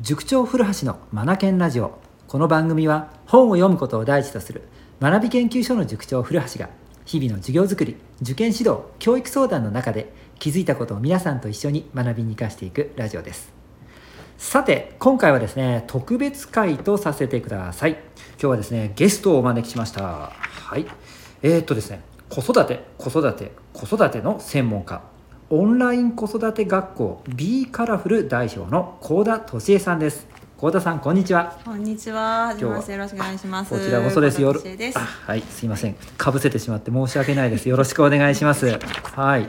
塾長古橋のマナケンラジオこの番組は本を読むことを第一とする学び研究所の塾長古橋が日々の授業づくり受験指導教育相談の中で気づいたことを皆さんと一緒に学びに生かしていくラジオですさて今回はですね特別会とさせてください今日はですねゲストをお招きしましたはいえー、っとですね子育て子育て子育ての専門家オンライン子育て学校 B カラフル代表の高田俊恵さんです高田さんこんにちはこんにちは。はじ今め日はましてよろしくお願いします。こちらこそですよ小田敏恵ですあはいすいませんかぶせてしまって申し訳ないですよろしくお願いしますはい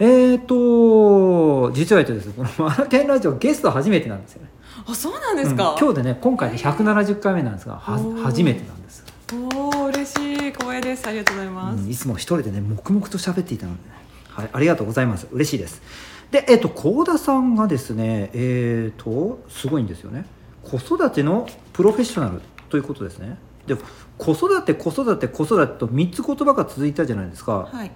えーと実は言うとですねこのマラケンラジオゲスト初めてなんですよねあ、そうなんですか。うん今日でね今回で170回目なんですがはおー初めてなんです、おお、嬉しい。光栄です。ありがとうございます。うんいつも一人でね黙々と喋っていたので、ねはい、ありがとうございます嬉しいですでえっと幸田さんがですねえっとすごいんですよね子育てのプロフェッショナルということですねで子育て子育て子育てと3つ言葉が続いたじゃないですか、はい。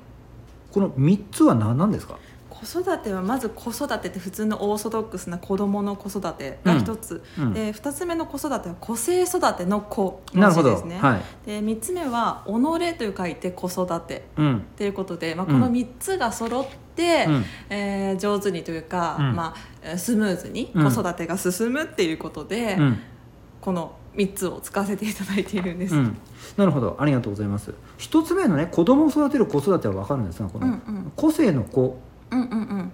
この3つは何なんですか子育てはまず子育てって普通のオーソドックスな子供の子育てが一つ、うんうんで二つ目の子育ては個性育ての子なるほど、ですね、はい、で三つ目は己という書いて子育てうんということで、まあ、うんこの三つが揃って、うんえー上手にというか、うんまあえー、スムーズにうん子育てが進むっていうことで、うんこの3つを使わせていただいているんです、うん、なるほどありがとうございます一つ目のね子供を育てる子育ては分かるんですがこうんうのん個性の子うんうんうん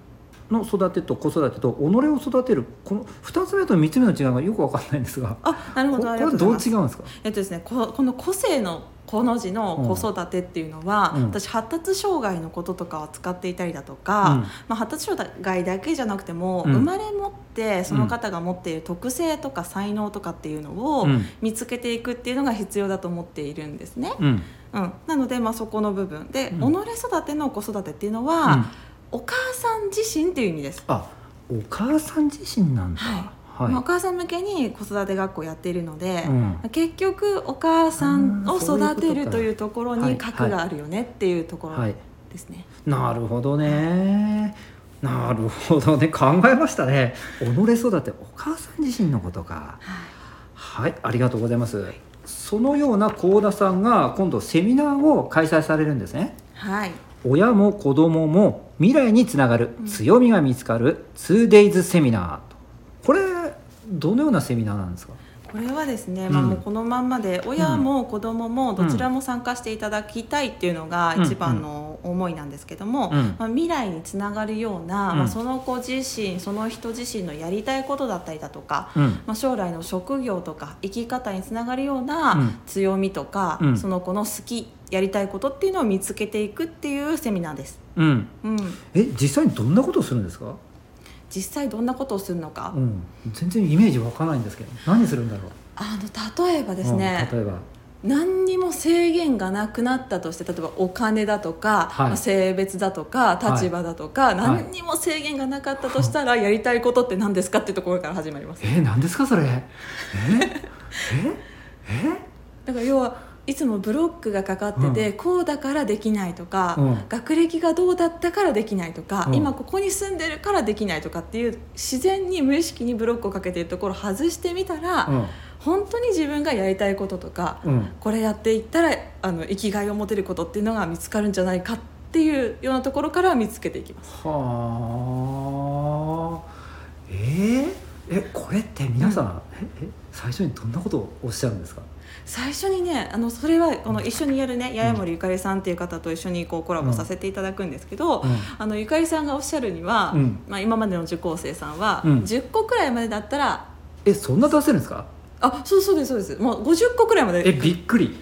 の育てと子育てと己を育てるこの2つ目と3つ目の違いがよく分かんないんですがあなるこほこれどあはりがとうどうござ違いまうすんですかえっとですねここの個性のこの字の子育てっていうのは、うん私発達障害のこととかを使っていたりだとか、まあ、発達障害だけじゃなくても、うん生まれ持ってその方が持っている特性とか才能とかっていうのを、うん見つけていくっていうのが必要だと思っているんですね。うんうん、なので、まあ、そこの部分で、うん己育ての子育てっていうのうは、んお母さん自身っていう意味です。あお母さん自身なんだはいはいまあお母さん向けに子育て学校やっているので、うん結局お母さんあーをそういうこと育かてるというところはいに核があるよねっていうところはいですね。なるほどねなるほどね考えましたね己育てお母さん自身のことかはいありがとうございますそのような幸田さんが今度セミナーを開催されるんですねはい、親も子供も未来につながるうん強みが見つかる 2days セミナーとこれどのようなセミナーなんですかこれはですね、うんまあ、もうこのまんまで親も子供もどちらも参加していただきたいっていうのがうん一番の思いなんですけども、うんまあ、未来につながるような、うんまあ、その子自身その人自身のやりたいことだったりだとか、うんまあ、将来の職業とか生き方につながるようなうん強みとか、うんその子の好きやりたいことっていうのを見つけていくっていうセミナーです。うんうん、え実際にどんなことをするんですか実際どんなことをするのか、うん全然イメージ湧かないんですけど何するんだろうあの例えばですね、うん例えば何にも制限がなくなったとして例えばお金だとか、はいまあ性別だとかい立場だとか、何にも制限がなかったとしたら、やりたいことって何ですかっていうところから始まりますえー、何ですかそれえー、えだから要はいつもブロックがかかってて、こうだからできないとか、うん学歴がどうだったからできないとか、うん今ここに住んでるからできないとかっていう自然に無意識にブロックをかけているところを外してみたら、え本当に自分がやりたいこととか、うんうんこれやっていったらあの生きがいを持てることっていうのが見つかるんじゃないかっていうようなところから見つけていきます。はあえー、えこれって皆さん、ええ最初にどんなことをおっしゃるんですか最初にねあのそれはこの一緒にやるね八重森ゆかりさんっていう方と一緒にこうコラボさせていただくんですけど、うんあのゆかりさんがおっしゃるには、うんまあ、今までの受講生さんは、うん10個くらいまでだったらえそんな出せるんですかあそうそうですそうですもう50個くらいまえでびっく り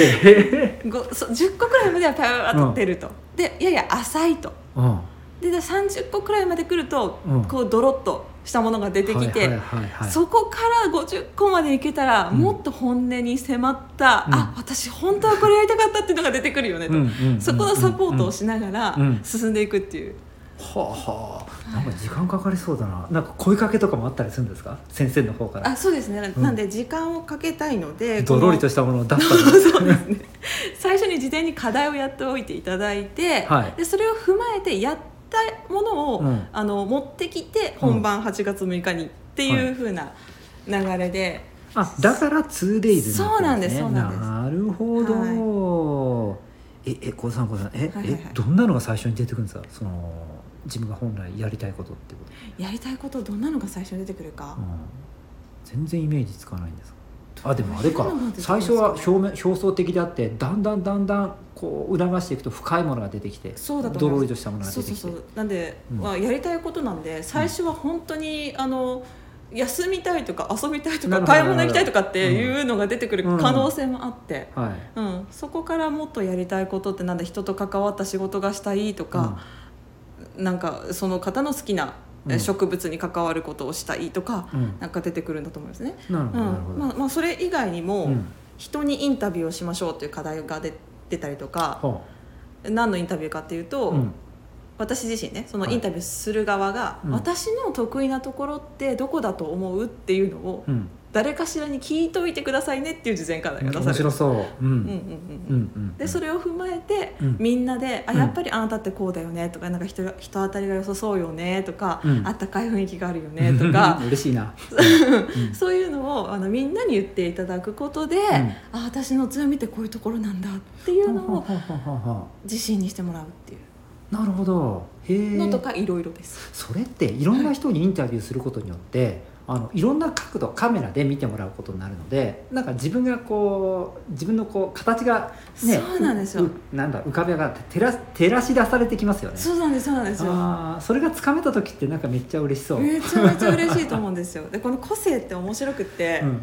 えごそう10個くらいまではパワーッと出ると、でいやいや浅いとー、うんでで30個くらいまで来ると、うんこうドロッとしたものが出てきて、はいはいはいはい、そこから50個までいけたら、うんもっと本音に迫った、うんあ私本当はこれやりたかったっていうのが出てくるよねと、うんうんうんそこのサポートをしながらうん進んでいくっていう、はあはあなんか時間かかりそうだななんか声かけとかもあったりするんですか先生の方からあそうですね、うんなんで時間をかけたいのでどろりとこしたものを出したのそうですね最初に事前に課題をやっておいていただいて、はいでそれを踏まえてやってたものを、うんあの持ってきて本番8月6日にっていう風な流れで、あだから 2days そうなんですそうなんですなるほど、ええ小田さん小田さんえ,、はいはいはいえどんなのが最初に出てくるんですかその自分が本来やりたいことってこと、やりたいことどんなのが最初に出てくるかう、ん、全然イメージつかないんですあでもあれかどういうのが出てくるんです最か初は表面表層的であってだんだんだんだんこう促していくと深いものが出てきてそうだと思ドロいますリとしたものがそ出うてそうきてそうなんで、うんまあ、やりたいことなんで最初は本当に、あの休みたいとか遊びたいとなるほかど買い物行きたいとかっていうのが出てくるうん可能性もあって、はいうんそこからもっとやりたいことってなんだ人と関わった仕事がしたいとか、なんかその方の好きなうん植物に関わることをしたいとか、うん、うんなんか出てくるんだと思いますね。なるうほんどなるほど、まあまあ、それ以外にも、うん人にインタビューをしましょうっていう課題が出出たりとかほ何のインタビューかっていうと、ううん私自身ねそのはいインタビューする側が、うん私の得意なところってどこだと思うっていうのをうん、誰かしらに聞いといてくださいねっていう事前課題が出面される白。そう、うんううんうんんうんうんうん、でそれを踏まえて、うんみんなで「あうんやっぱりあなたってこうだよね」とか「なんか人人当たりが良さそうよね」とか、うんあったかい雰囲気があるよね」とか嬉しいな、うん そういうのをあのみんなに言っていただくことで、んあ私の強みってこういうところなんだっていうのをははははは自信にしてもらうっていなるほどへうのとえかいろいろです。それっていろんな人にインタビューすることによってあのいろんな角度カメラで見てもらうことになるのでなんか自分がこう自分のこう形がねそうなんですようなんだ浮かべが照ら照らし出されてきますよねそうなんですそうなんですよあーそれがつかめた時ってなんかめっちゃ嬉しそう、めちゃめちゃ嬉しいと思うんですよでこの個性って面白くって、うん、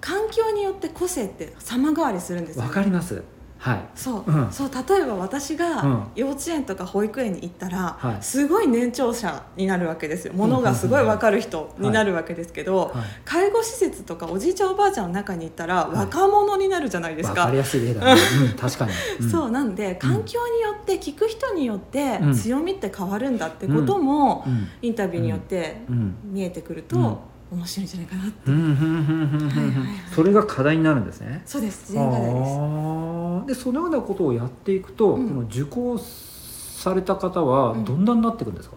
環境によって個性って様変わりするんですよ、わかりますはいそう,、うんそう例えば私うんが幼稚園とか保育園に行ったら、はいすごい年長者になるわけですよものがすごい分かる人になるわけですけど、は介護施設とかおじいちゃんおばあちゃんの中に行ったらい若者になるじゃないい、ですわか、かりやすい例だね、うん、確かに、うんそうなんで環境によって聞く人によってうん強みって変わるんだってことも、うんインタビューによってうん見えてくると面白いんじゃないかなっうて、んうんうんうんうんはいはいはいそれが課題になるんですね。そうです全員課題であすーでそのようなことをやっていくと、うんこの受講された方はうんどんなになっていくんですか、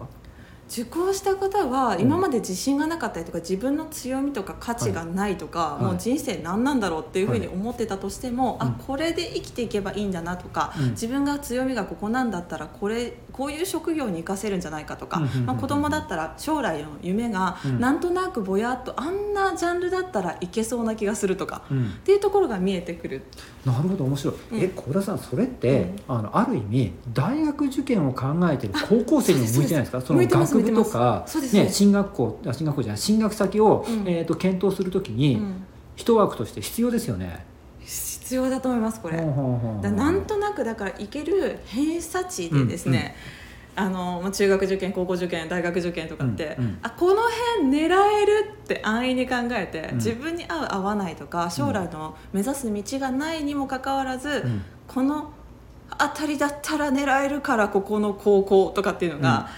受講した方は今まで自信がなかったりとか自分の強みとか価値がないとか、はいもう人生何なんだろうっていうふうには思ってたとしても、うんあこれで生きていけばいいんだなとか、うん自分が強みがここなんだったらこれこういう職業に生かせるんじゃないかとか、うんうんうんまあ、子供だったら将来の夢がうんなんとなくぼやっとあんなジャンルだったらいけそうな気がするとか。うんっていうところが見えてくる。なるほど面白い、うんえ小田さんそれって、うんあのある意味大学受験を考えてる高校生にも向いてないですかそそうのです学そうです部とか、そうですね、進学校あ進学校じゃない進学先を、うんえー、と検討するときうに、ん、一枠として必要ですよね。必要だと思いますこれ。ほうほうほうほうだなんとなくだから行ける偏差値でですね、あのまあ中学受験高校受験大学受験とかって、うんうんあこの辺狙えるって安易に考えて、うん自分に合う合わないとか将来の目指す道がないにもかかわらず、うんこの辺りだったら狙えるからここの高校とかっていうのが。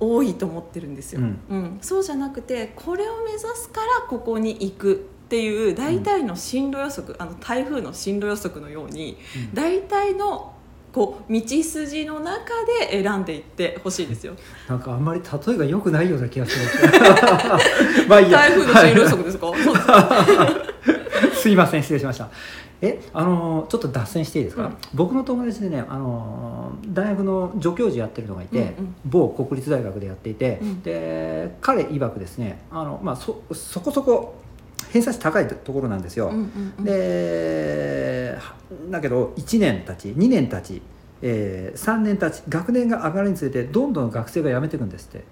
多いと思ってるんですよ、うんうんそうじゃなくてこれを目指すからここに行くっていう大体の進路予測、あの台風の進路予測のように、うん大体のこう道筋の中で選んでいってほしいですよ。なんかあんまり例えが良くないような気がする。 まあいいや。台風の進路予測ですか？そうですはい すいません失礼しました。えあのーちょっと脱線していいですか、うん僕の友達でねあのー大学の助教授やってるのがいて、うんうん某国立大学でやっていて、うんで彼曰くですねあの、まあ、そそこそこ偏差値高いところなんですよ。うんうんうんでだけど1年たち2年たち、えー3年たち学年が上がるにつれてどんどん学生が辞めていくんですって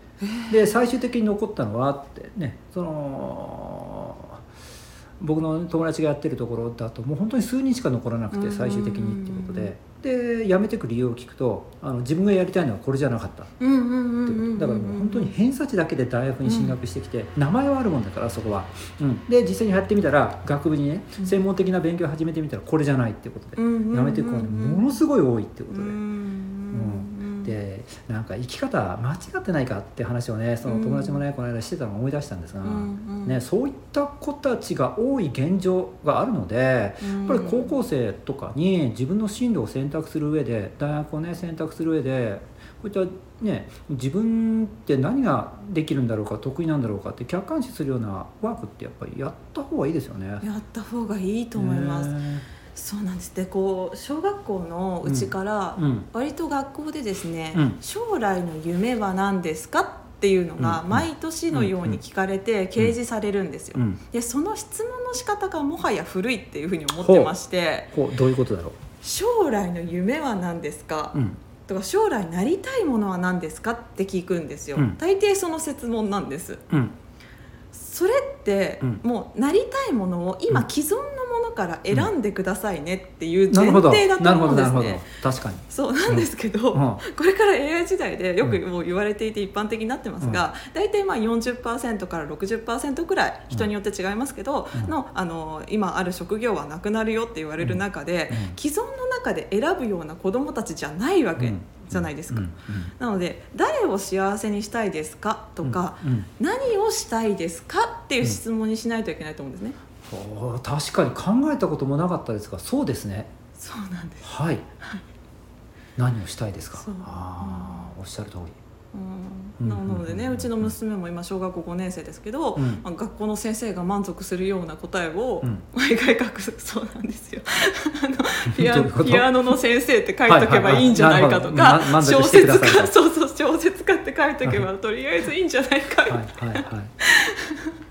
で最終的に残ったのはってねその僕の友達がやってるところだともう本当に数人しか残らなくうんうんてうん最終的にっていうことでで辞めてく理由を聞くとあの自分がやりたいのはこれじゃなかったってうんうんうん。いううんだからもう本当に偏差値だけで大学に進学してきて名前はあるもんだからそこは、うん、で実際に入ってみたら学部にねうん専門的な勉強を始めてみたらこれじゃないっていうことでうんうんうんうん辞めていく子がものすごい多いっていうことで。うんうんうんでなんか生き方間違ってないかって話をねその友達もね、この間してたのを思い出したんですが、ね、そういった子たちが多い現状があるのでやっぱり高校生とかに自分の進路を選択する上で大学をね選択する上でこういったね自分って何ができるんだろうか得意なんだろうかって客観視するようなワークってやっぱりやった方がいいですよね。やった方がいいと思います、そうなんですでこう小学校のうちからうんうん割と学校でですね、うん将来の夢は何ですかっていうのうんがうん毎年のように聞かれて掲示されるんですよ、うん、でその質問の仕方がもはや古いっていうふうに思ってましてこうどういうことだろう。将来の夢は何ですか、うんとか将来なりたいものは何ですかって聞くんですよ、うん大抵その質問なんですうんそれって、うんもうなりたいものを今うん既存のものから選んでくださいねっていうな前るほど、提だとなるほ思うどんでなするね、ほど確かに、そうなんですけど、うん、これから AI 時代でよくもう言われていて一般的になってますが、大体まあ40%から60%くらい人によって違いますけど、うんのあの今ある職業はなくなるよって言われる中で、うんうん既存の中で選ぶような子どもたちじゃないわけじゃないですか。うんなので誰を幸せにしたいですかとか、、うんうん何をしたいですかっていう質問にしないといけないと思うんですね。おー確かに考えたこともなかったですがそうですねそうなんです、はい何をしたいですかそうああおっしゃる通りうん、なのでねうちの娘も今小学校5年生ですけど、うんまあ、学校の先生が満足するような答えをうん毎回書く、そうなんで すよあのピどアういうことピアノの先生って書いとけばいいんじゃないかとはいはいはかいなるほど満足小してく説ださいと家そうそう小説家って書いとけばとりあえずいいんじゃないかはいはいはい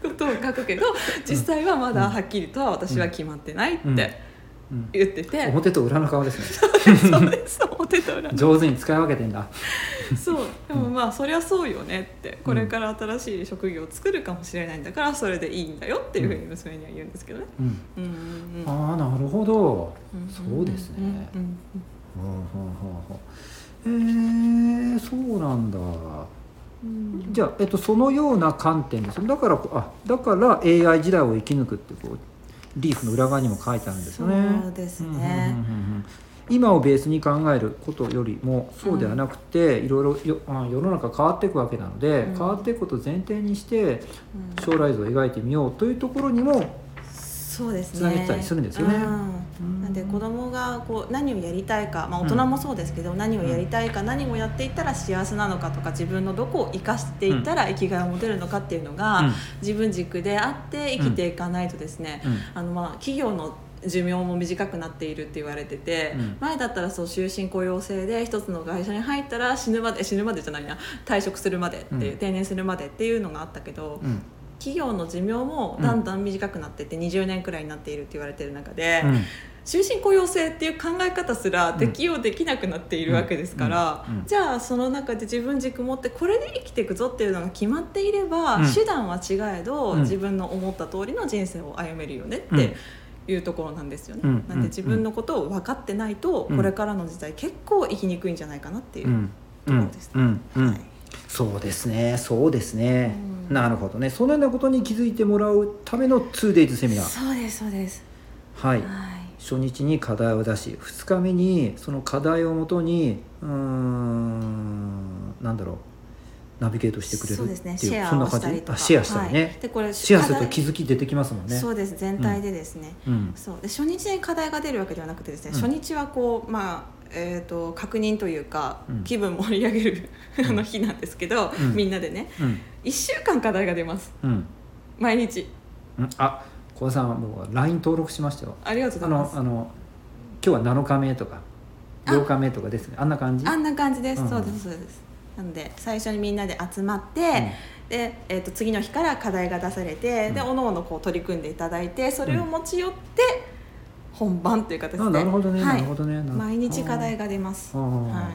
ことを書くけど実際はまだはっきりとは私は決まってないっうんてうん言ってて、表と裏の顔ですね そうです表と裏上手に使い分けてんだそうでもまあそりゃそうよねってこれから新しい職業を作るかもしれないんだからそれでいいんだよっていうふうに娘には言うんですけどね。うんうんうんうんああなるほどそうですねうんうんうほうんほうほうほうえー、そうなんだうんじゃあ、えっと、そのような観点ですだからこうあだから AI 時代を生き抜くってこうリーフの裏側にも書いてあるんですよね。そうですねうんうんうんうん今をベースに考えることよりもそうではなくて、いろいろよあ世の中変わっていくわけなので、うん変わっていくことを前提にしてうん将来像を描いてみようというところにもそうですねつなげてたりするんですよねううんんなんで子供がこう何をやりたいか、まあ、大人もそうですけど、何をやりたいか何をやっていったら幸せなのかとか自分のどこを生かしていったら生きがいを持てるのかっていうのが、うん自分軸であって生きていかないとですね、あのまあ企業の寿命も短くなっているって言われてて、うん前だったらそう終身雇用制で一つの会社に入ったら死ぬまで死ぬまでじゃないな退職するまでっていう、うん定年するまでっていうのがあったけど、うん企業の寿命もだんだん短くなっていって20年くらいになっているって言われてる中で、うん終身雇用制っていう考え方すら適用できなくなっているわけですから、うんうんうんじゃあその中で自分軸持ってこれで生きていくぞっていうのが決まっていれば、うん手段は違えど、うん自分の思った通りの人生を歩めるよねうっんていうところなんですよね。うんなんで自分のことを分かってないと、うんこれからの時代結構生きにくいんじゃないかなっていうう。んうんところですうねんうんはいそうですねそうですね、うんなるほどねそのようなことに気づいてもらうための 2days セミナーそうですそうです。はいはい。初日に課題を出し2日目にその課題をもとにうーんなんだろうナビゲートしてくれるそうっていでうすね。シェそんアなをし感たりじとか。あシェアしたりはいね、でこれシェアすると課題気づき出てきますもんねそうです全体でですね。うんそうで初日に課題が出るわけではなくてですね、うん初日はこうまあえー、と確認というか、うん気分盛り上げるうんあの日なんですけど、うんみんなでねうん1週間課題が出ますうん毎日うんあ小田さんはもう LINE 登録しましたよありがとうあございまのすあの今日は7日目とかあ8日目とかですねあんな感じあんな感じです、うんそうですそうですなので最初にみんなで集まって、うんでえー、と次の日から課題が出されて、うんでおのおのこう取り組んでいただいてそれを持ち寄って本番という形で、あなるほどね、はなるいほ、どねなるほど毎日課題が出ます、あーは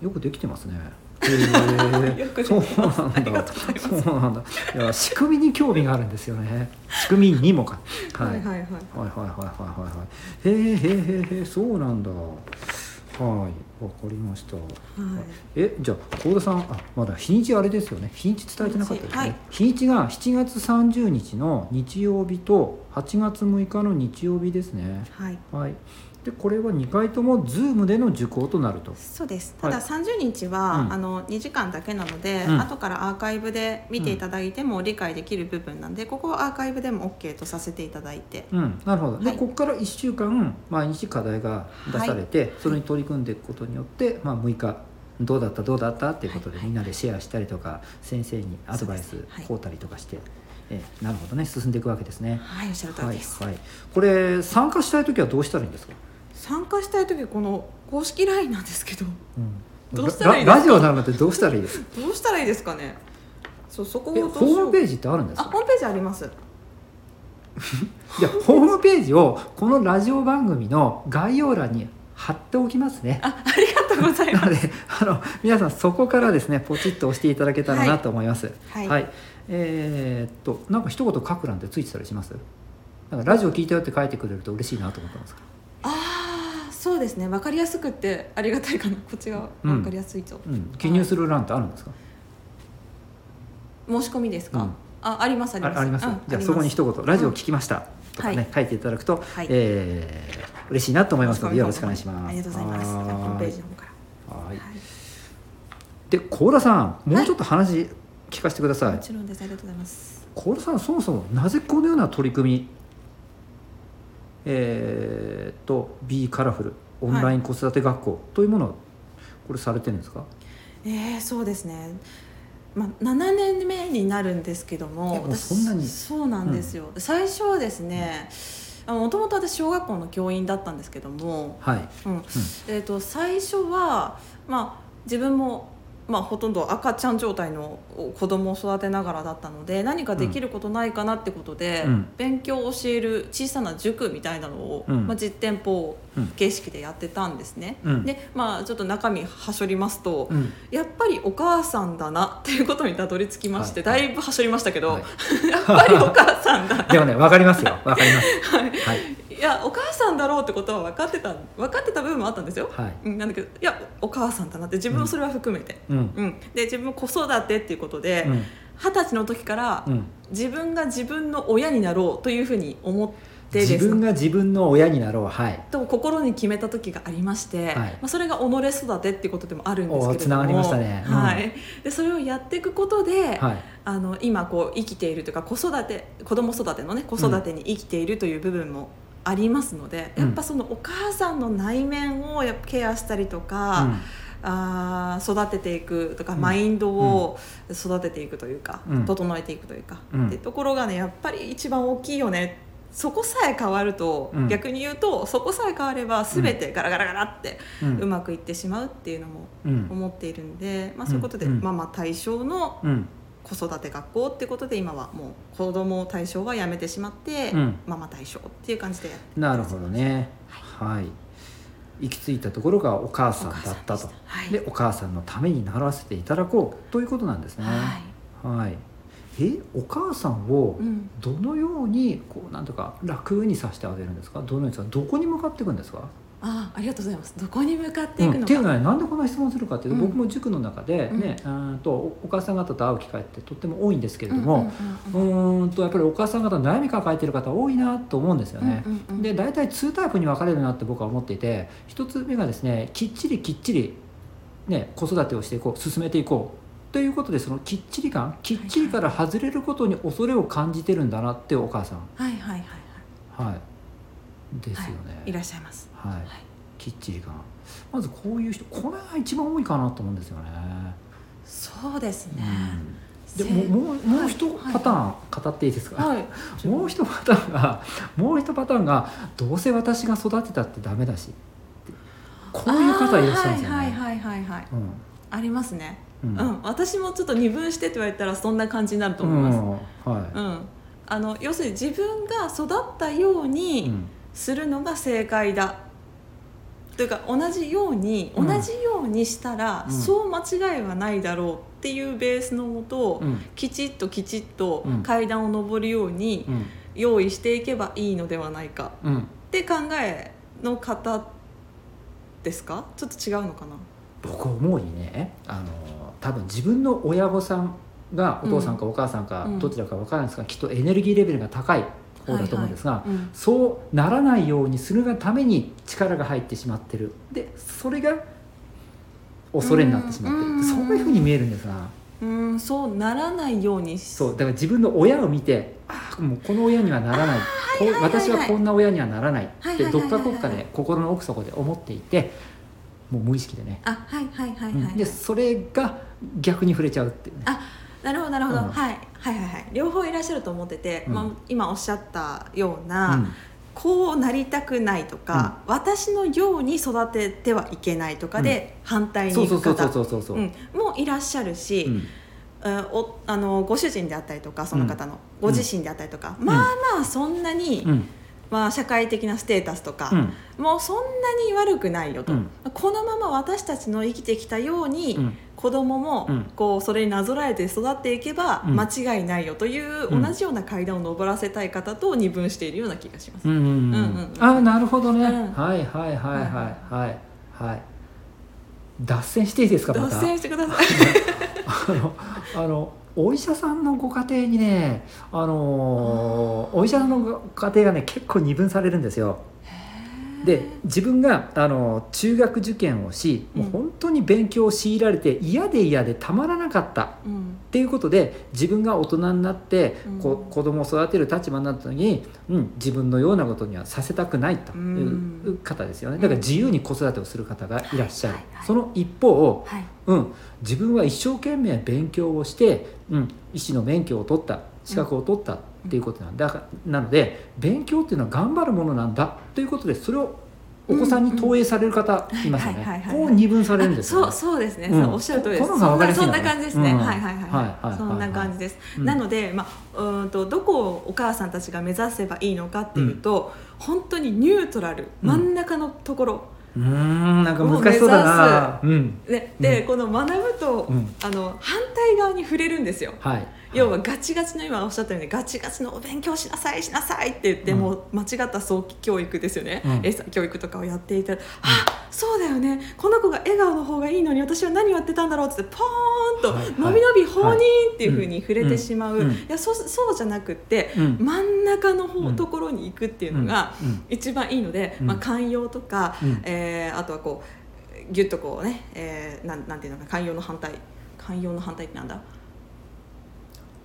よくできてますね。へーよくできそうまなんりがだ。とうございますそうなんだ。いや仕組みに興味があるんですよね。仕組みにもか。い、はい。はいはいはいはいはいはいはい。へえへえへえへえそうなんだ。はいわかりました。はいえじゃあ幸田さんあまだ日にちあれですよね日にち伝えてなかったですね日にちが7月30日の日曜日と8月6日の日曜日ですねはいはいでこれは2回とも Zoom での受講となるとそうですただはい30日は、うんあの2時間だけなので、うん後からアーカイブで見ていただいても理解できる部分なんで、ここはアーカイブでも OK とさせていただいてうん、なるほど、ではいここから1週間毎日課題が出されて、それに取り組んでいくことによって、まあ、6日どうだったどうだったっていうことで、はいはいみんなでシェアしたりとか先生にアドバイスそうですはいこうたりとかして、えなるほどね進んでいくわけですね。はいおっしゃる通りはいです、はい、これ参加したい時はどうしたらいいんですか、参加したい時この公式 LINE なんですけどうんどうしたらいいですかララジオなのでどうしたらいいですかどうしたらいいですかねそうそこをえどうホームペジージってあるんですあかホームページありますいやホームページをこのラジオ番組の概要欄に貼っておきますねあありがとうござ いなますのであの皆さんそこからですねポチッと押していただけたらなと思いますははいい、えーっとなんか一言書くなんてついてたりしますなんかラジオ聞いたよって書いてくれると嬉しいなと思ったんですけどああそうですね分かりやすくってありがたいかなこっちがうん分かりやすいと、うん、記入する欄ってあるんですか、申し込みですか、うんあありますありますああります、うんじゃあそこにあ一言「ラジオ聞きました」とかね、はい書いていただくと、はいえー嬉しいなと思いりますのでよろしくお願いしますありがとうございますホはームページーの方からいはいはいで甲田さんもうちょっと話聞かせてくださいもちろんですありがとうございます小室さんそもそもなぜこのような取り組みえー、っと B カラフルオンライン子育て学校というものをこれされてるんですか、えー、そうですねまあ、7年目になるんですけどもえもうそんなに私そうなんですよ、最初はですねもともと私小学校の教員だったんですけども、はい、うんえー、と最初は、まあ、自分も、まあ、ほとんど赤ちゃん状態の子供を育てながらだったので何かできることないかなってことで、うん勉強を教える小さな塾みたいなのを、うんまあ、実店舗うん形式でやってたんですね。うんで、まあ、ちょっと中身はしょりますと、うんやっぱりお母さんだなっていうことにたどり着きまして、はいだいぶはしょりましたけど、はいやっぱりお母さんだ でもねわかりますよわかりますはいはいいやお母さんだろうってことは分かってた分かってた部分もあったんですよ、はいうんなんだけどいやお母さんだなって自分もそれは含めて、うんうんで自分も子育てっていうことでうん二十、歳の時から、うん自分が自分の親になろうというふうに思ってです自ね分が自分の親になろうはいと心に決めた時がありまして、はいまあ、それが己育てっていうことでもあるんですおけれどもーつながりましたねうんはい、でそれをやっていくことで、はいあの今こう生きているというか子育て子供育てのね子育てに生きているという部分もありますので、うんやっぱそのお母さんの内面をやっぱケアしたりとか、あー育てていくとか、うんマインドを育てていくというか、うん整えていくというか、うんってところがねやっぱり一番大きいよねそこさえ変わると、うん逆に言うとそこさえ変われば全てガラガラガラってうんうまくいってしまうっていうのもうん思っているんで、まあ、そういうことで、うんママ対象のうん子育て学校ってことで今はもう子供を対象はやめてしまって、うんママ対象っていう感じでやってなるほどねはい行き着いたところがお母さんだったとはいでお母さんのためにならせていただこうということなんですね。ははい、えお母さんをい、うん、どのようにこうなんとか楽にさせてあげるんですかどのようにさどこに向かっていくんですかああありがとうございますどこに向かってういんくのってか、いうのはなんでこんな質問するかっていうと、うん僕も塾の中で、ねうん、とおお母さん方と会う機会ってとっても多いんですけれどうんうんも、ううんんとやっぱりお母さん方悩み抱えてる方多いなと思うんですよね。うんうんうんで大体2タイプに分かれるなって僕は思っていて一つ目がですねきっちりきっちり、ね、子育てをしていこう進めていこうということでそのきっちり感きっちりから外れることに恐れを感じてるんだなっていうお母さん、はいはいはいはい、ですはいよいね、らっしゃいますはいいきっちり感まずこういう人これが一番多いかなと思うんですよね。そうですね、うん、でもうもうもう一パターン語っていいですか、はいもう一パターンがもう一パターンがどうせ私が育てたってダメだしってこういう方いらっしゃるんですよね。あーはいはいはいはいはいうんありますねううん、ん私もちょっと二分してって言われたらそんな感じになると思います、うんはいうんあの要するに自分が育ったように、うんするのが正解だというか同じように、うん同じようにしたら、うんそう間違いはないだろうっていうベースのもと、うんきちっときちっとうん階段を上るようにうん用意していけばいいのではないかうんって考えの方ですかちょっと違うのかな僕思うにねあの多分自分の親御さんがお父さんかお母さんかうんどちらか分からないですが、きっとエネルギーレベルが高い方だと思うんですが、はいはいうんそうならないようにするがために力が入ってしまってるでそれが恐れになってしまってうんうるんそういうふうに見えるんですがうんそうならないようにしそうだから自分の親を見てああもうこの親にはならないこうはいはいはい私はこんな親にはならないはいってはいどはいっはいかこっかで心の奥底で思っていてもう無意識でね、あはいはいはいはい、うんでそれが逆に触れちゃうっていうねあなるほどなるほど、うんはい、はいはいはい両方いらっしゃると思ってて、うんまあ、今おっしゃったよううな、んこうなりたくないとか、私のように育ててはいけないとかで反対そにうそ行うくそう方そうそうそう、うんもいらっしゃるし、うんうんおあのご主人であったりとかその方のご自身であったりとか、んまあまあそんなに、うんまあ、社会的なステータスとか、うんもうそんなに悪くないよと、うんこのまま私たちの生きてきたように、うん子供もうんこうそれになぞらえて育っていけばうん間違いないよといううん同じような階段を上らせたい方と二分しているような気がします。うんうんううんんうんあなるほどね、うんはいはいはいはいはいはい脱線していいですかまた脱線してください。 あのあのお医者さんのご家庭にねあのお医者さんのご家庭がね結構二分されるんですよで自分があの中学受験をしもううん本当に勉強を強いられて嫌で嫌でたまらなかったうんっていうことで自分が大人になって、こうん子供を育てる立場になった時に、うん、自分のようなことにはさせたくないとういうん方ですよねうんだから自由に子育てをする方がいらっしゃるはいはいはいその一方、はいうん、自分は一生懸命勉強をして、うん、医師の免許を取った資格を取ったっていうことなんだからなので勉強っていうのは頑張るものなんだということでそれをお子さんに投影される方いますようんうんはいねはいはいはいこう二分されるんですよそねうそうですね、うんそうおっしゃる通りですここの方が分かりやすいそんのなかなそんな感じですね、うんはいはいはい、はいはいそんな感じです、うんなので、まあ、うーんとどこをお母さんたちが目指せばいいのかっていうと、本当にニュートラル真ん中のところ、うーんなんか難しそうだなうんね、で、うこの学ぶと、うんあの反対側に触れるんですよはい要はガチガチの今おっしゃったようにガチガチのお勉強しなさいしなさいって言って、うんもう間違った早期教育ですよね、うん英才教育とかをやっていたら、あそうだよねこの子が笑顔の方がいいのに私は何をやってたんだろうってポはいーはンいと伸び伸び放任っていうふうに触れてしまう、うんうんいやそうそうじゃなくって、うん真ん中の方、うんところに行くっていうのがうんうん一番いいので、うんまあ、寛容とか、うんえーあとはこうギュッとこうね、えーなんなんていうのか寛容の反対寛容の反対ってなんだ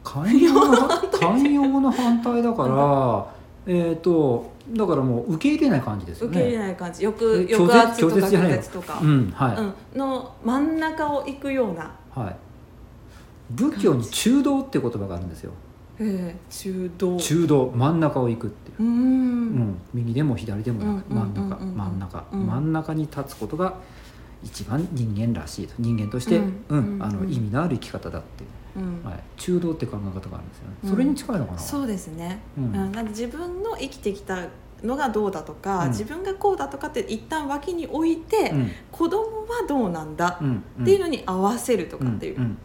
寛容の 寛容の反対だから えっとだからもう受け入れない感じですよ受け入れねない感じ、抑え拒抑圧絶拒とか絶じゃない抑よ圧とか、うんはうんの真ん中を行くような、いはい仏教に中道っていう言葉があるんですよえー、中道中道真ん中を行くっていうううーんん右でも左でもなくうんう真んんうんうん中真ん中うん真ん中に立つことが一番人間らしいと人間としてうんうんあうのん意味のある生き方だっていううんはい中道って考え方があるんですよねうんそれに近いのかなそうですね、ううんんなんか自分の生きてきたのがどうだとか、うん自分がこうだとかって一旦脇に置いて、うん子供はどうなんだうんんっていうのに合わせるとかんっていう、んうん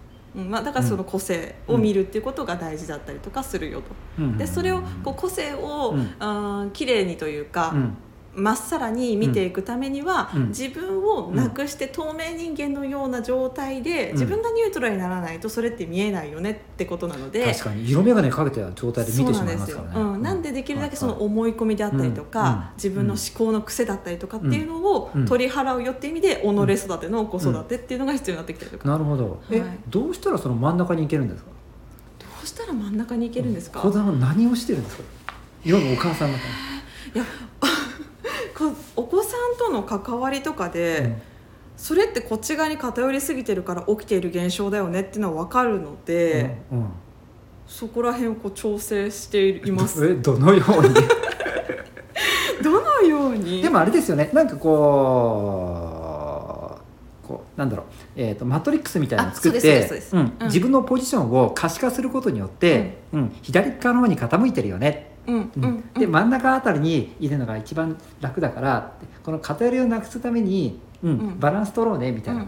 まあ、だからその個性を見るっていうことが大事だったりとかするよと。うんでそれをこう個性を、うんうん、綺麗にというか、うんまっさらに見ていくためには、うん自分をなくして透明人間のような状態で、ん自分がニュートラルにならないとそれって見えないよねってことなので。確かに色眼鏡かけた状態で見そうてなしんまいでますすかよらね。うん、なんでできるだけその思い込みであったりとか、はいはいうんうん自分の思考の癖だったりとかっていうのをうん取り払うよっていう意味で、己育ての子育てっていうのが必要になってきたりとか、なるほど。え、はいどうしたらその真ん中に行けるんですか。どうしたら真ん中に行けるんですか、小田は何をしてるんですか。今のお母さん方。こお子さんとの関わりとかで、うんそれってこっち側に偏りすぎてるから起きている現象だよねっていうのは分かるので、うんうんそこら辺をこう調整していますえ、どのように。 どのようにでもあれですよね。なんかこう。こうなんだろう、えー、とマトリックスみたいなの作っあそうでてすそうですうそうでんすうん自分のポジションを可視化することによって、うん、左側の方に傾いてるよねうんううんんで真ん中あたりにいるのが一番楽だからってこの偏りをなくすために、うんうんバランス取ろうねみうたいんな、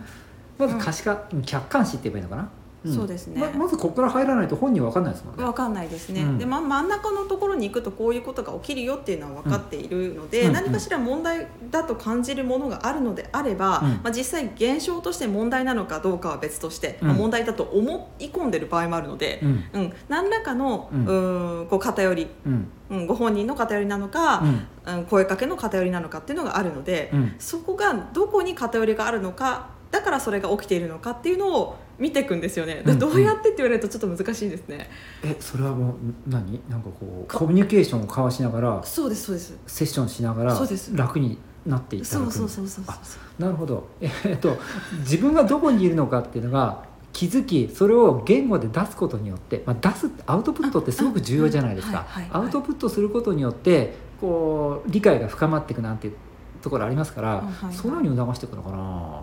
まず可視化、うん客観視って言えばいいのかな、うんそうですねままずここから入らないと本人わかんないですもんねわかんないですね、うんで、ま、真ん中のところに行くとこういうことが起きるよっていうのは分かっているので、うん何かしら問題だと感じるものがあるのであれば、うんまあ、実際現象として問題なのかどうかは別として、うんまあ問題だと思い込んでる場合もあるので、うんうん何らかの、ううんーん、こう偏り、うんうん、ご本人の偏りなのうか、んうん声かけの偏りなのかっていうのがあるので、うんそこがどこに偏りがあるのかだからそれが起きているのかっていうのを見ていくんですよね、うんうんどうやってって言われるとちょっと難しいですね、えそれはもう何なんかこうコミュニケーションを交わしながらそうですそうですセッションしながらそうです楽になっていただそくうそうそうそうそうあなるほどえーっと自分がどこにいるのかっていうのが気づきそれを言語で出すことによって、まあ、出すアウトプットってすごく重要じゃないですうんかはいはいはアいウトプットすることによってこう理解が深まっていくなんていうところありますから、うんはいはいそのように促していくのかな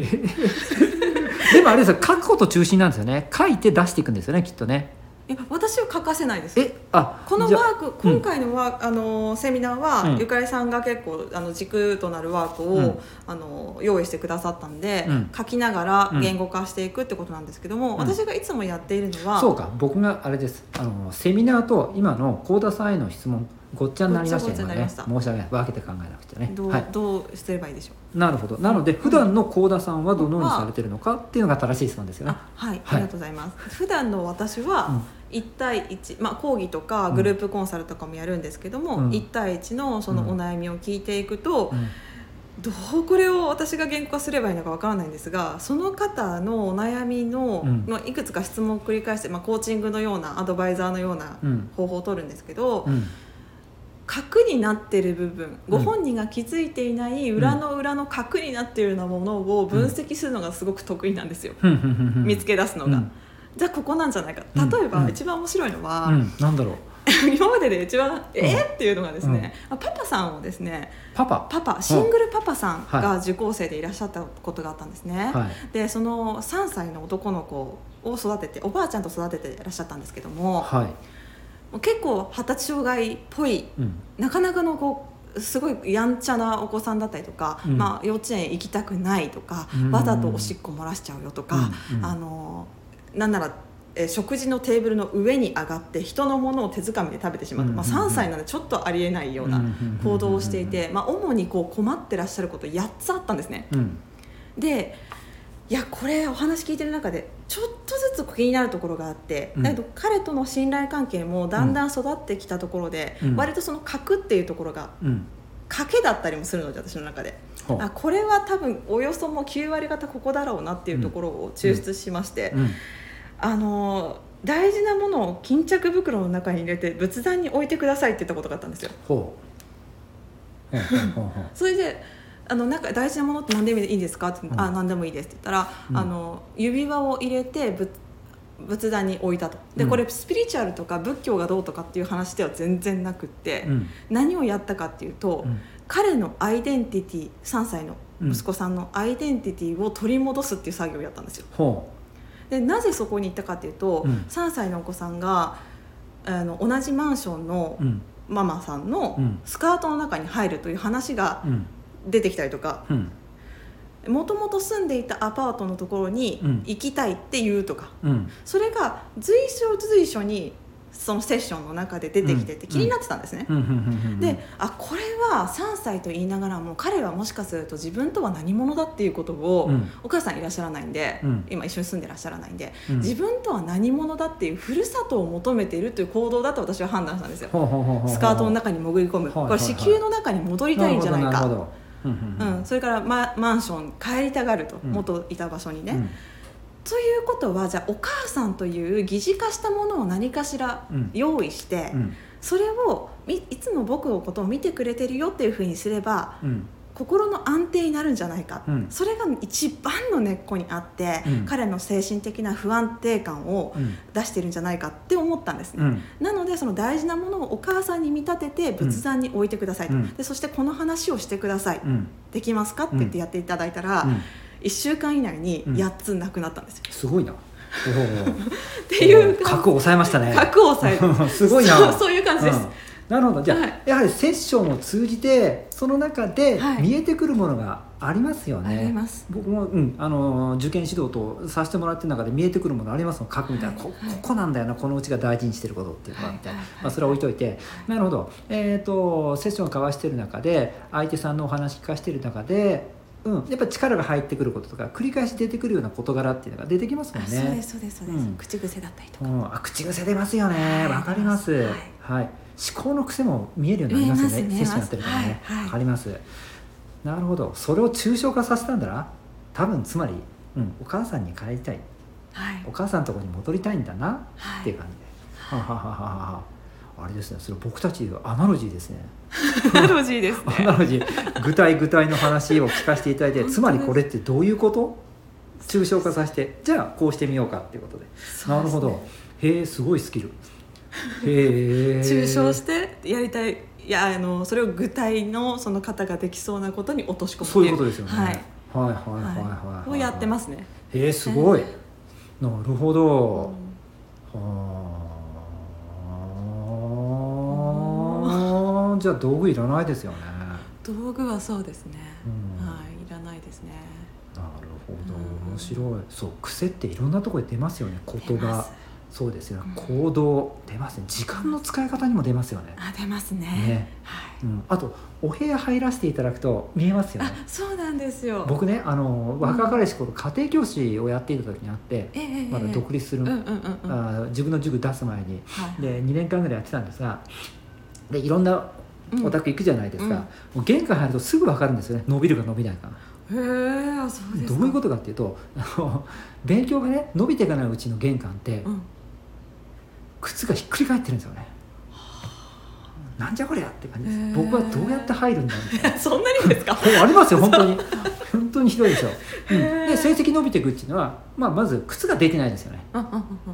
でもあれですよ書くこと中心なんですよね書いて出していくんですよねきっとねいや私は欠かせないですえあこのじゃワあーク今回のワーク、あのセミナーは、うんゆかりさんが結構あの軸となるワークを、うんあの用意してくださったんで、うん書きながら言語化していくってことなんですけども、ん私がいつもやっているのは、そうか僕があれですあのセミナーと今の幸田さんへの質問ごっちゃになりましたよごっちゃごっち今ゃになりね申ましした訳ない分けて考えなくてねどう、はい、どうすればいいでしょうなるほどなので普段の幸田さんはどのようにされてるのかっていうのが正しい質問ですよねあはい、はいありがとうございます普段の私は1対1、まあ、講義とかグループコンサルとかもやるんですけども、うん1対1のそうんのお悩みを聞いていくと、うんどうこれを私が言語化すればいいのかわからないんですがその方のお悩みの、うんまあ、いくつか質問を繰り返して、まあ、コーチングのようなアドバイザーのようなうん方法を取るんですけど、うん核になってる部分ご本人が気づいていないん裏の裏の核になっているようなものを分析するのがすごく得意なんですよ、うんうんうんうん見つけ出すのうが。んじゃあここなんじゃないかうん例えば、うん一番面白いのは、うんなんだろう今までで一番「えっ?」っていうのがですね、パパさんをですねパパパパシングルパパさんはが受講生でいらっしゃったことがあったんですね、はいでその3歳の男の子を育てておばあちゃんと育てていらっしゃったんですけどもはいもう結構発達障害っぽいうんなかなかのこうすごいやんちゃなお子さんだったりとか、うんまあ、幼稚園行きたくないとか、うんわざとおしっこ漏らしちゃうよとか、うんうんあのなんなら、えー食事のテーブルの上に上がって人のものを手づかみで食べてしまう、うんまあ、3歳なのでちょっとありえないような行動をしていて、まあ、主にこう困ってらっしゃること8つあったんですね。うんでいやこれお話聞いてる中でちょっとずつ気になるところがあって、うんだけど彼との信頼関係もだんだん育ってきたところで、うん割とその核っていうところがうん賭けだったりもするので私の中でほうあこれは多分およそもう9割方ここだろうなっていうところを抽出しまして、うんあのー大事なものを巾着袋の中に入れて仏壇に置いてくださいって言ったことがあったんですよ。ほうほうほうほうほうそれであのなんか大事なものって何でもいいですか?」って言ってうんあ何でもいいです」って言ったら、うんあの指輪を入れて仏仏壇に置いたとで、うんこれスピリチュアルとか仏教がどうとかっていう話では全然なくって、うん何をやったかっていうと、うん彼のアイデンティティ3歳の息子さんのアイデンティティを取り戻すっていう作業をやったんですよ。ほでなぜそこに行ったかっていうと、うん3歳のお子さんがあの同じマンションのううんママさんのうんスカートの中に入るという話がうん出てきたりとかうんもともと住んでいたアパートのところにうん行きたいって言うとか、うんそれが随所随所にそのセッションの中で出てきてうてん気になってたんですね。うんうんうんうんであこれは3歳と言いながらも彼はもしかすると自分とは何者だっていうことを、うんお母さんいらっしゃらないんで、うん今一緒に住んでらっしゃらないんで、うん自分とは何者だっていうふるさとを求めているという行動だと私は判断したんですよ。ほうほうほうほうスカートの中に潜り込む、はいはいこはいれ子宮の中に戻りたいんじゃないるほかどるほどうんうんううんん、それからママンション帰りたがると、うん元いた場所にね。ということはじゃあお母さんという疑似化したものを何かしらうん用意して、うんそれをみいつも僕のことを見てくれてるよっていうふうにすればうん心の安定になるんじゃないか、うんそれが一番の根っこにあって、うん彼の精神的な不安定感をうん出してるんじゃないかって思ったんですね。うんなのでその大事なものをお母さんに見立てて仏壇に置いてくださいと、うんでそしてこの話をしてください、うんできますかって言ってやっていただいたら、うん1週間以内に8つなくなったんですよ、すごいなおーっていう感核を抑えましたね核を抑えるすごいなそうそういう感じです、うんなるほどじゃあ、はいやはりセッションを通じてその中ではい見えてくるものがありますよありねます僕も、うん、あの受験指導とさせてもらってる中で見えてくるものありますの書くみたいな、こここなんだよなこのうちが大事にしてることっていうのはみたいな、はいはいはいまあ、それは置いといてなるほど、えー、とセッション交わしてる中で相手さんのお話聞かしてる中で、うん、やっぱ力が入ってくることとか繰り返し出てくるような事柄っていうのが出てきますもんあね。そうですそうですそうです、うん口癖だったりとうか、ん、あ口癖出ますよはねいわかりますはいはい、思考の癖も見えるようになりますよね見セえッショますンやってるからねはいはいわかりますなるほどそれを抽象化させたんだな多分つまり、うん、お母さんに帰りたいはいお母さんのところに戻りたいんだなはっていう感じで、ははははははあれですねそれ僕たちで言うアナロジーですねい楽しいですアナロジー具体具体の話を聞かせてい ただいてつまりこれってどういうこと抽象化させてじゃあこうしてみようかっていうことでそうですねなるほどへえすごいスキルへえ抽象してやりたいいやあのそれを具体のその方ができそうなことに落とし込むってそういうことですよね、はいはいはいはいはいはいはいをやってますすね、へえすごいはなるほどうんはあじゃあ道具いらないですよね道具はそうですね、うんはいいらないですねなるほどうん面白いそう癖っていろんなところで出ますよね出言ま葉すそうですよねう行動出ますね時間の使い方にも出ますよね、あ出ますねねはいうん、あとお部屋入らせていただくと見えますよあねそうなんですよ僕ねあの若かりし頃家庭教師をやっていた時にあってええええまだ独立する、うんうんうんうんはあ自分の塾出す前にいで2年間ぐらいやってたんですがでいろんなうんお宅行くじゃないですか、うんもう玄関入るとすぐ分かるんですよね伸びるか伸びないかへえあそうですどかういうことかっていうとあの勉強がね伸びていかないうちの玄関って、うん 靴がひっくり返ってるんですよねなんじゃこりゃって感じです、へー僕はどうやって入るんだみたいなそんなにですかほんありますよ本当に本当にひどいですよ、うんへーで成績伸びていくっていうのは、まあ、まず靴が出てないですよねうん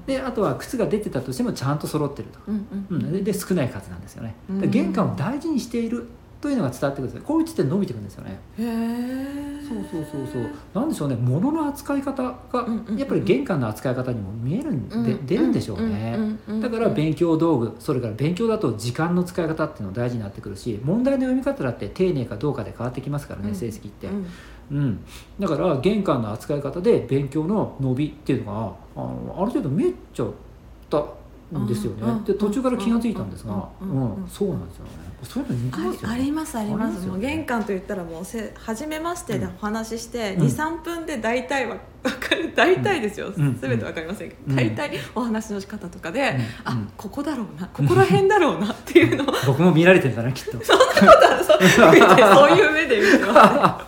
であとは靴が出てたとしてもちゃんと揃ってると、うんうんう、うんんでで少ない数なんですよねだからうん玄関を大事にしているというのが伝わってくるんですよこういうちって伸びてくるんですよねへえそうそうそうそうなんでしょうね物の扱い方がうんうんうんやっぱり玄関の扱い方にも見えるんで、うん出るんでしょうね、んうんうんだから勉強道具それから勉強だと時間の使い方っていうのが大事になってくるし問題の読み方だって丁寧かどうかで変わってきますからね、うん成績って、ううんんだから玄関の扱い方で勉強の伸びっていうのがあのある程度見えちゃったんですよね、うんで途中から気が付いたんですが、ううんんうんうんそうなんですよねそういうの似てますよありあねりますありありまますよすねもう玄関と言ったらもうせ初めましてでうんお話ししてうん23分で大体は分かる大体ですようん全て分かりませんけうどん大体お話の仕方とかうでんうあんここだろうなここら辺だろうなっていうのを僕も見られてんだなきっと そうそういう目で見てますは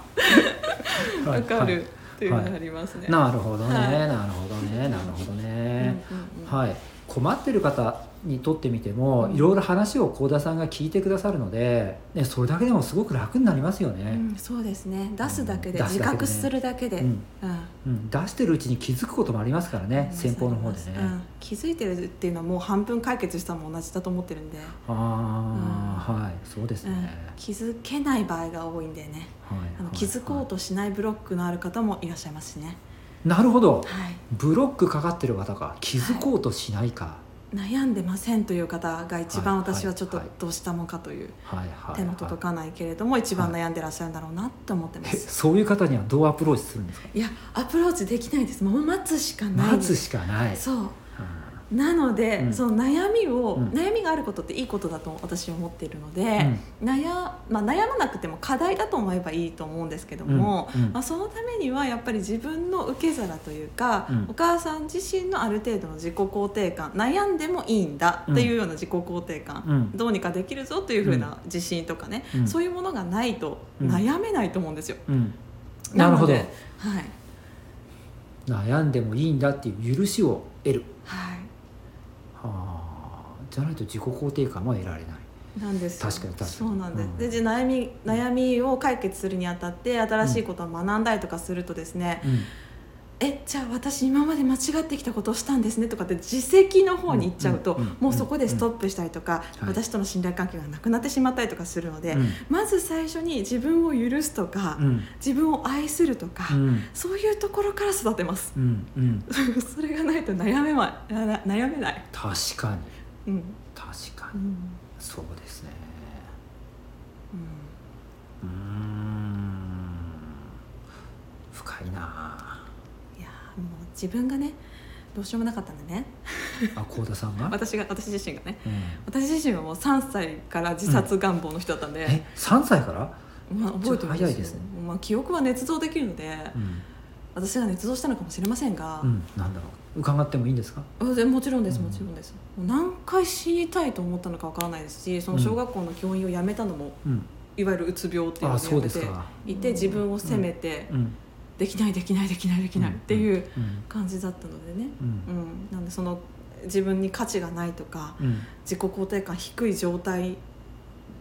い分か はいるっていうのがありますね。なるほどね、はいなるほどねなるほどうんうんね、うんはい、困ってる方にとってみても、うんいろいろ話を幸田さんが聞いてくださるので、ね、それだけでもすごく楽になりますようね、ん、そうですね出すだけで出す自だけでね覚するだけで、ううんんうん出してるうちに気づくこともありますからね、先方の方でね、うん気づいてるっていうのはもう半分解決したのも同じだと思ってるんで、ああ、はいそうですうんね、気づけない場合が多いんでねはいあの気づこうとしないブロックのある方もいらっしゃいますしね、なるほどはい、ブロックかかってる方か気づこうとしないか、悩んでませんという方が一番はいはい私はちょっとはいどうしたもんかというはいはい手の届かないけれども一番悩んでらっしゃるんだろうなって思ってまえす、そういう方にはどうアプローチするんですかい、やアプローチできないですもう待つしかない待でつすしかない、そううなので、うんその悩みを、うん悩みがあることっていいことだと私は思っているので、ん悩まあ、悩まなくても課題だと思えばいいと思うんですけども、うんうんまあ、そのためにはやっぱり自分の受け皿というか、うんお母さん自身のある程度の自己肯定感悩んでもいいんだっていうような自己肯定感、うんどうにかできるぞというふうな自信とかね、うんそういうものがないとうん悩めないと思うんですよ。うん、なるほどのではい悩んでもいいんだっていう許しを得るはいはあじゃないと自己肯定感は得られないなんですよ確かに確かにそうなんです、うんでじゃあ悩み悩みを解決するにあたって新しいことを学んだりとかするとですね、えじゃあ私今まで間違ってきたことをしたんですねとかって自責の方に行っちゃうと、うんうんうんもうそこでストップしたりとか、うんはい私との信頼関係がなくなってしまったりとかするので、うんまず最初に自分を許すとか、うん自分を愛するとか、うんそういうところから育てます。 うんうんそれがないと悩めまなな悩めない。確かにうん確かうにんそうですねうんうーん深いなあいやーもう自分がねどうしようもなかったんでねあ幸田さんが、私が私自身がねうん、私自身はもう3歳から自殺願望の人だったんで、え3歳から、まあ、覚えてまちすよょっと早いですねまあ、記憶は捏造できるので、うん私が捏造したのかもしれませんがう、ん、なんだろう伺ってもいいんですかあでもちろんですうんもちろんです、もう何回死にたいと思ったのかわからないですしその小学校の教員を辞めたのも、うんいわゆるうつ病っていうのあをそうです辞めてかいて自分を責めて、うんできないできないできないできないっていう感じだったのでね、うんうんなんでその自分に価値がないとかうんうん自己肯定感低い状態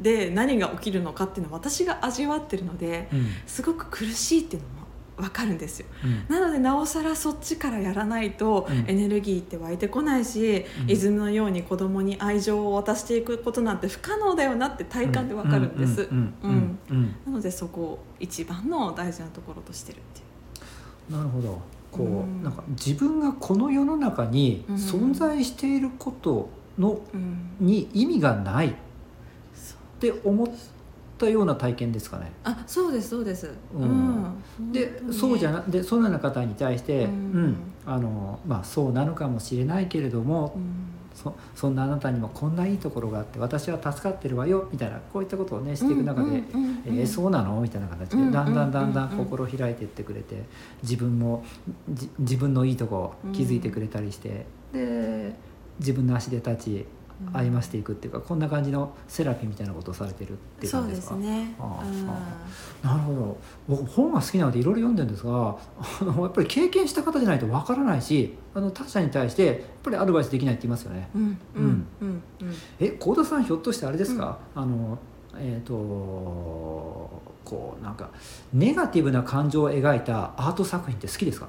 で何が起きるのかっていうのを私が味わってるのでうんすごく苦しいっていうのも分かるんですようんなのでなおさらそっちからやらないとうんエネルギーって湧いてこないし、うんイズムのように子供に愛情を渡していくことなんて不可能だよなって体感でわかるんです、うんうんうんうんなのでそこを一番の大事なところとしてるっていううんなるほどこう、うんなんか自分がこの世の中にうん存在していることの、うん、に意味がないっそうて思ったような体験ですかね。あそうですそうです、ううんんでそうじゃななでそうなの方に対して、ううんんあのまあ、そうなのかもしれないけれども、そそんなあなたにもこんないいところがあって私は助かってるわよみたいなこういったことをねしていく中で、えーそうなのみたいな形うんうんでうんだんだんだんだんうんうん心を開いていってくれて自分もじ自分のいいとこ気づいてくれたりして、で自分の足で立ち歩ましていくっていうかこんな感じのセラピーみたいなことをされてるっていうそ感うじでですすかねああうんあなるほど僕本が好きなのでいろいろ読んでるんですが あのやっぱり経験した方じゃないとわからないしあの他者に対してやっぱりアドバイスできないって言いますよね。うんうんうんうんえ幸田さんひょっとしてあれですか、あのえっ、とこうなんかネガティブな感情を描いたアート作品って好きですか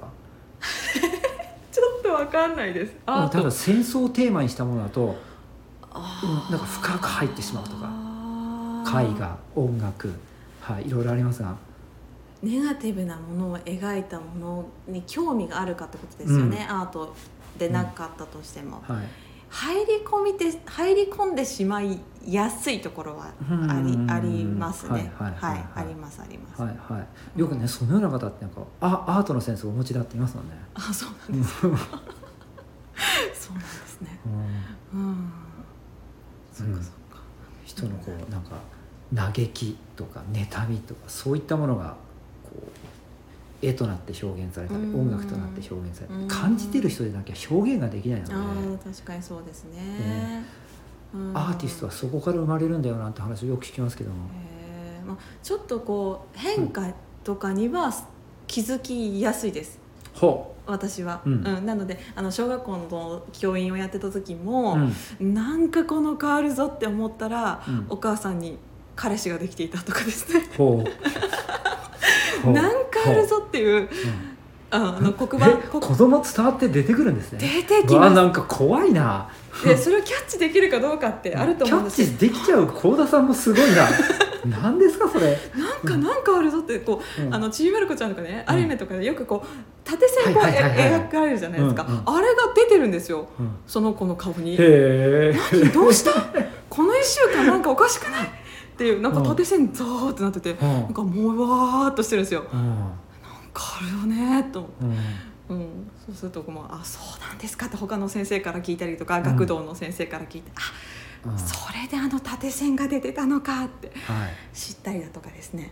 ちょっとわかんないですうんあただ戦争をテーマにしたものだとあうんなんか深く入ってしまうとか絵画音楽はいいろいろありますがネガティブなものを描いたものに興味があるかってことですよね、アートでなかったとしても、はい入り込みて入り込んでしまいやすいところはあり,、うんありますねはいはいはいはいありますあります、はいはいよくねそのような方ってなんかあアートのセンスをお持ちだって言いますもんね。あそうなんですそうなんですねうんうんそっうかんそっか人のこうなんか嘆きとか妬みとかそういったものがこう絵となって表現されたりうん音楽となって表現されたうりん感じてる人でなきゃ表現ができないのでああ確かにそうですねねうんアーティストはそこから生まれるんだよなんて話をよく聞きますけどもえーまあ、ちょっとこう変化とかには気づきやすいですほ私は、うんなのであの小学校の教員をやってた時う、も、うんなんかこの変わるぞって思ったら、うんお母さんに彼氏ができていたとかですねほうほうなんかあるぞっていううんあの黒板え黒子供伝わって出てくるんですね出てきわあまなんか怖いなすでそれをキャッチできるかどうかってあると思うんですキャッチできちゃう幸田さんもすごい な何ですかそれ、なんかなんかあるぞってこう、うんあのちびまる子ちゃんとかね、うんアニメとかでよくこう縦線がはいはいはいはい描かれるじゃないですか、うんうんあれが出てるんですようんその子の顔にへえどうしたこの1週間なんかおかしくないっていうなんか縦線ゾーってなってて、うん なんかもうわーっとしてるんですようんなんかあるよねーと思って、うんうん、そうするとこうもうあそうなんですかって他の先生から聞いたりとか、ん学童の先生から聞いてうんあそれであの縦線が出てたのかってはい知ったりだとかですね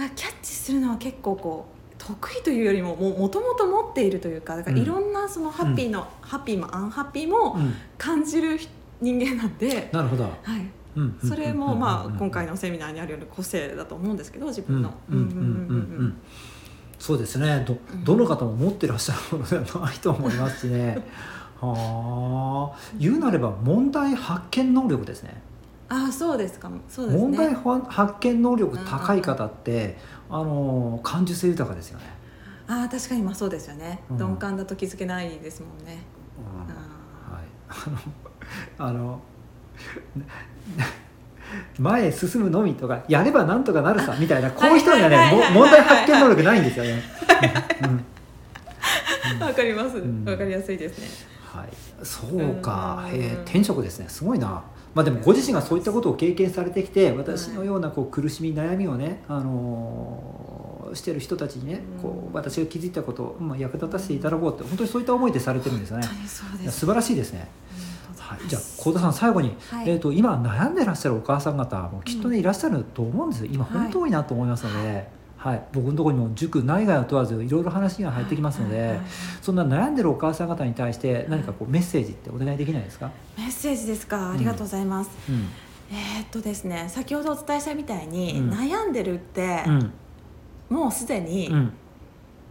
あキャッチするのは結構こう得意というよりももともと持っているというかだからうんいろんなそのハッピーの、ハッピーもアンハッピーもうん感じる人間なんで、なるほど、はい、うんそれもまあ今回ののセミナーにあるような個性だと思うんですけど自うんう分んの。うんうんうんそうですねどうんどの方も持ってらっしゃるものではないと思いますし ねはあ言うなれば問題発見能力ですねああそうですかそうですね。問題は発見能力高い方ってあのー感受性豊かですよね、ああ確かにまあそうですよね、うん鈍感だと気づけないですもんね。うんはい、 ああのあの な前へ進むのみとかやればなんとかなるさみたいなこういう人には はいねはいはいはいも問題発見能力ないんですよ ね。うんーわかりますわ、んかりやすいですね。はい、そうか、うんへえ転職ですねすごいな、まあ、でもご自身がそういったことを経験されてきて私のようなこう苦しみ悩みをね、あのをしてる人たちにね、うんこう私が気づいたことを、まあ、役立たせていただこうって本当にそういった思いでされてるんですよね本当にそういでやす素晴らしいですね、あはいりがとうございますじゃあ幸田さん最後に、はいえー、と今悩んでらっしゃるお母さん方もきっとね、うんいらっしゃると思うんですよ今はい本当多いなと思いますので、はい僕のところにも塾内外を問わずいろいろ話が入ってきますので、はいはいはいそんな悩んでるお母さん方に対して何かこうメッセージってお願いできないですか、メッセージですかありがとうございます、うんえーっとですね先ほどお伝えしたみたいに、うん悩んでるって、うんもうすでにうん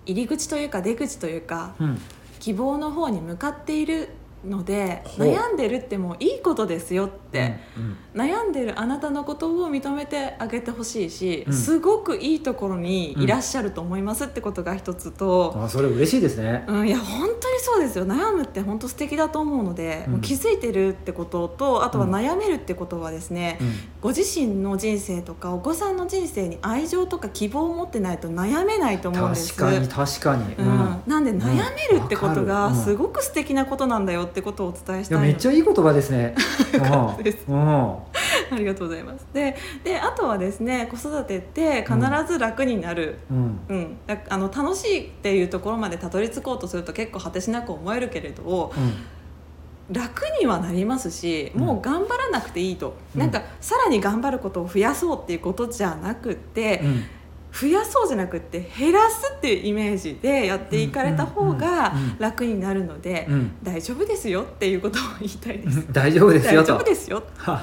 入り口というか出口というかうん希望の方に向かっているのでほう悩んでるってもういいことですよって、うん悩んでるあなたのことを認めてあげてほしいし、うんすごくいいところにいらっしゃると思いますってことが一つと、あそれ嬉しいですね、うん、いや本当にそうですよ悩むって本当素敵だと思うので、うんもう気づいてるってこととあとはうん悩めるってことはですね、うんご自身の人生とかお子さんの人生に愛情とか希望を持ってないと悩めないと思うんです確かに確かに、ううんんなんでん悩めるってことわがかるうんすごく素敵なことなんだよってことをお伝えしいやためいっのちゃいい言葉です ね。かったですうんうん、ありがとうございますでであとはですね子育てって必ず楽になる、うん、うんだあの楽しいっていうところまでたどり着こうとすると結構果てしなく思えるけれど楽にはなりますしもう頑張らなくていいと、うんなんかさらに頑張ることを増やそうっていうことじゃなくって、うん、うん増やそうじゃなくって減らすっていうイメージでやっていかれた方がうんうんうん楽になるのでう、ん大丈夫ですよっていうことを言いたいです。うん、大丈夫です大よ丈と夫。ですよ。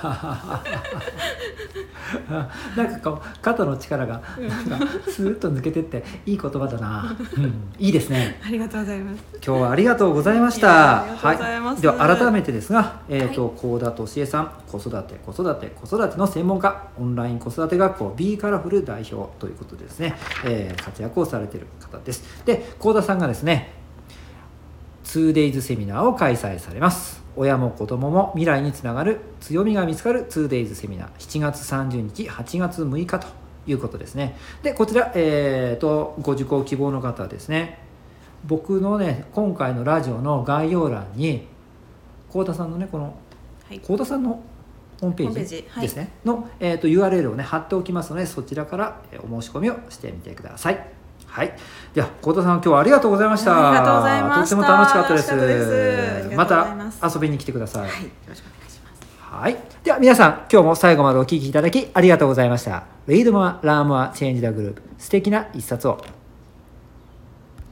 なんかこう肩の力がなんかスーッと抜けてっていい言葉だな、うん、いいですねありがとうございます。今日はありがとうございましいやたありがとうございますでは改めてですが、えーと高田敏恵さん子育て子育て子育ての専門家オンライン子育て学校 B カラフル代表ということでですね、えー活躍をされている方ですで高田さんがですね 2days セミナーを開催されます親も子供も未来につながる強みが見つかる 2days セミナー7月30日8月6日ということですねでこちら、えー、とご受講希望の方はですね僕のね今回のラジオの概要欄に幸田さんのねこのはい。幸田さんのホームペホームーページジはいですね、の、えー、と URL をね貼っておきますのでそちらからえーお申し込みをしてみてくださいはいでは幸田さん今日はありがとうございましたありがとうございましたとっても楽しかったです楽しかったですありがまとうございますた遊びに来てくださいはい。よろしくお願いします。はいでは皆さん今日も最後までお聞きいただきありがとうございました Read more, learn more, change the group 素敵な一冊を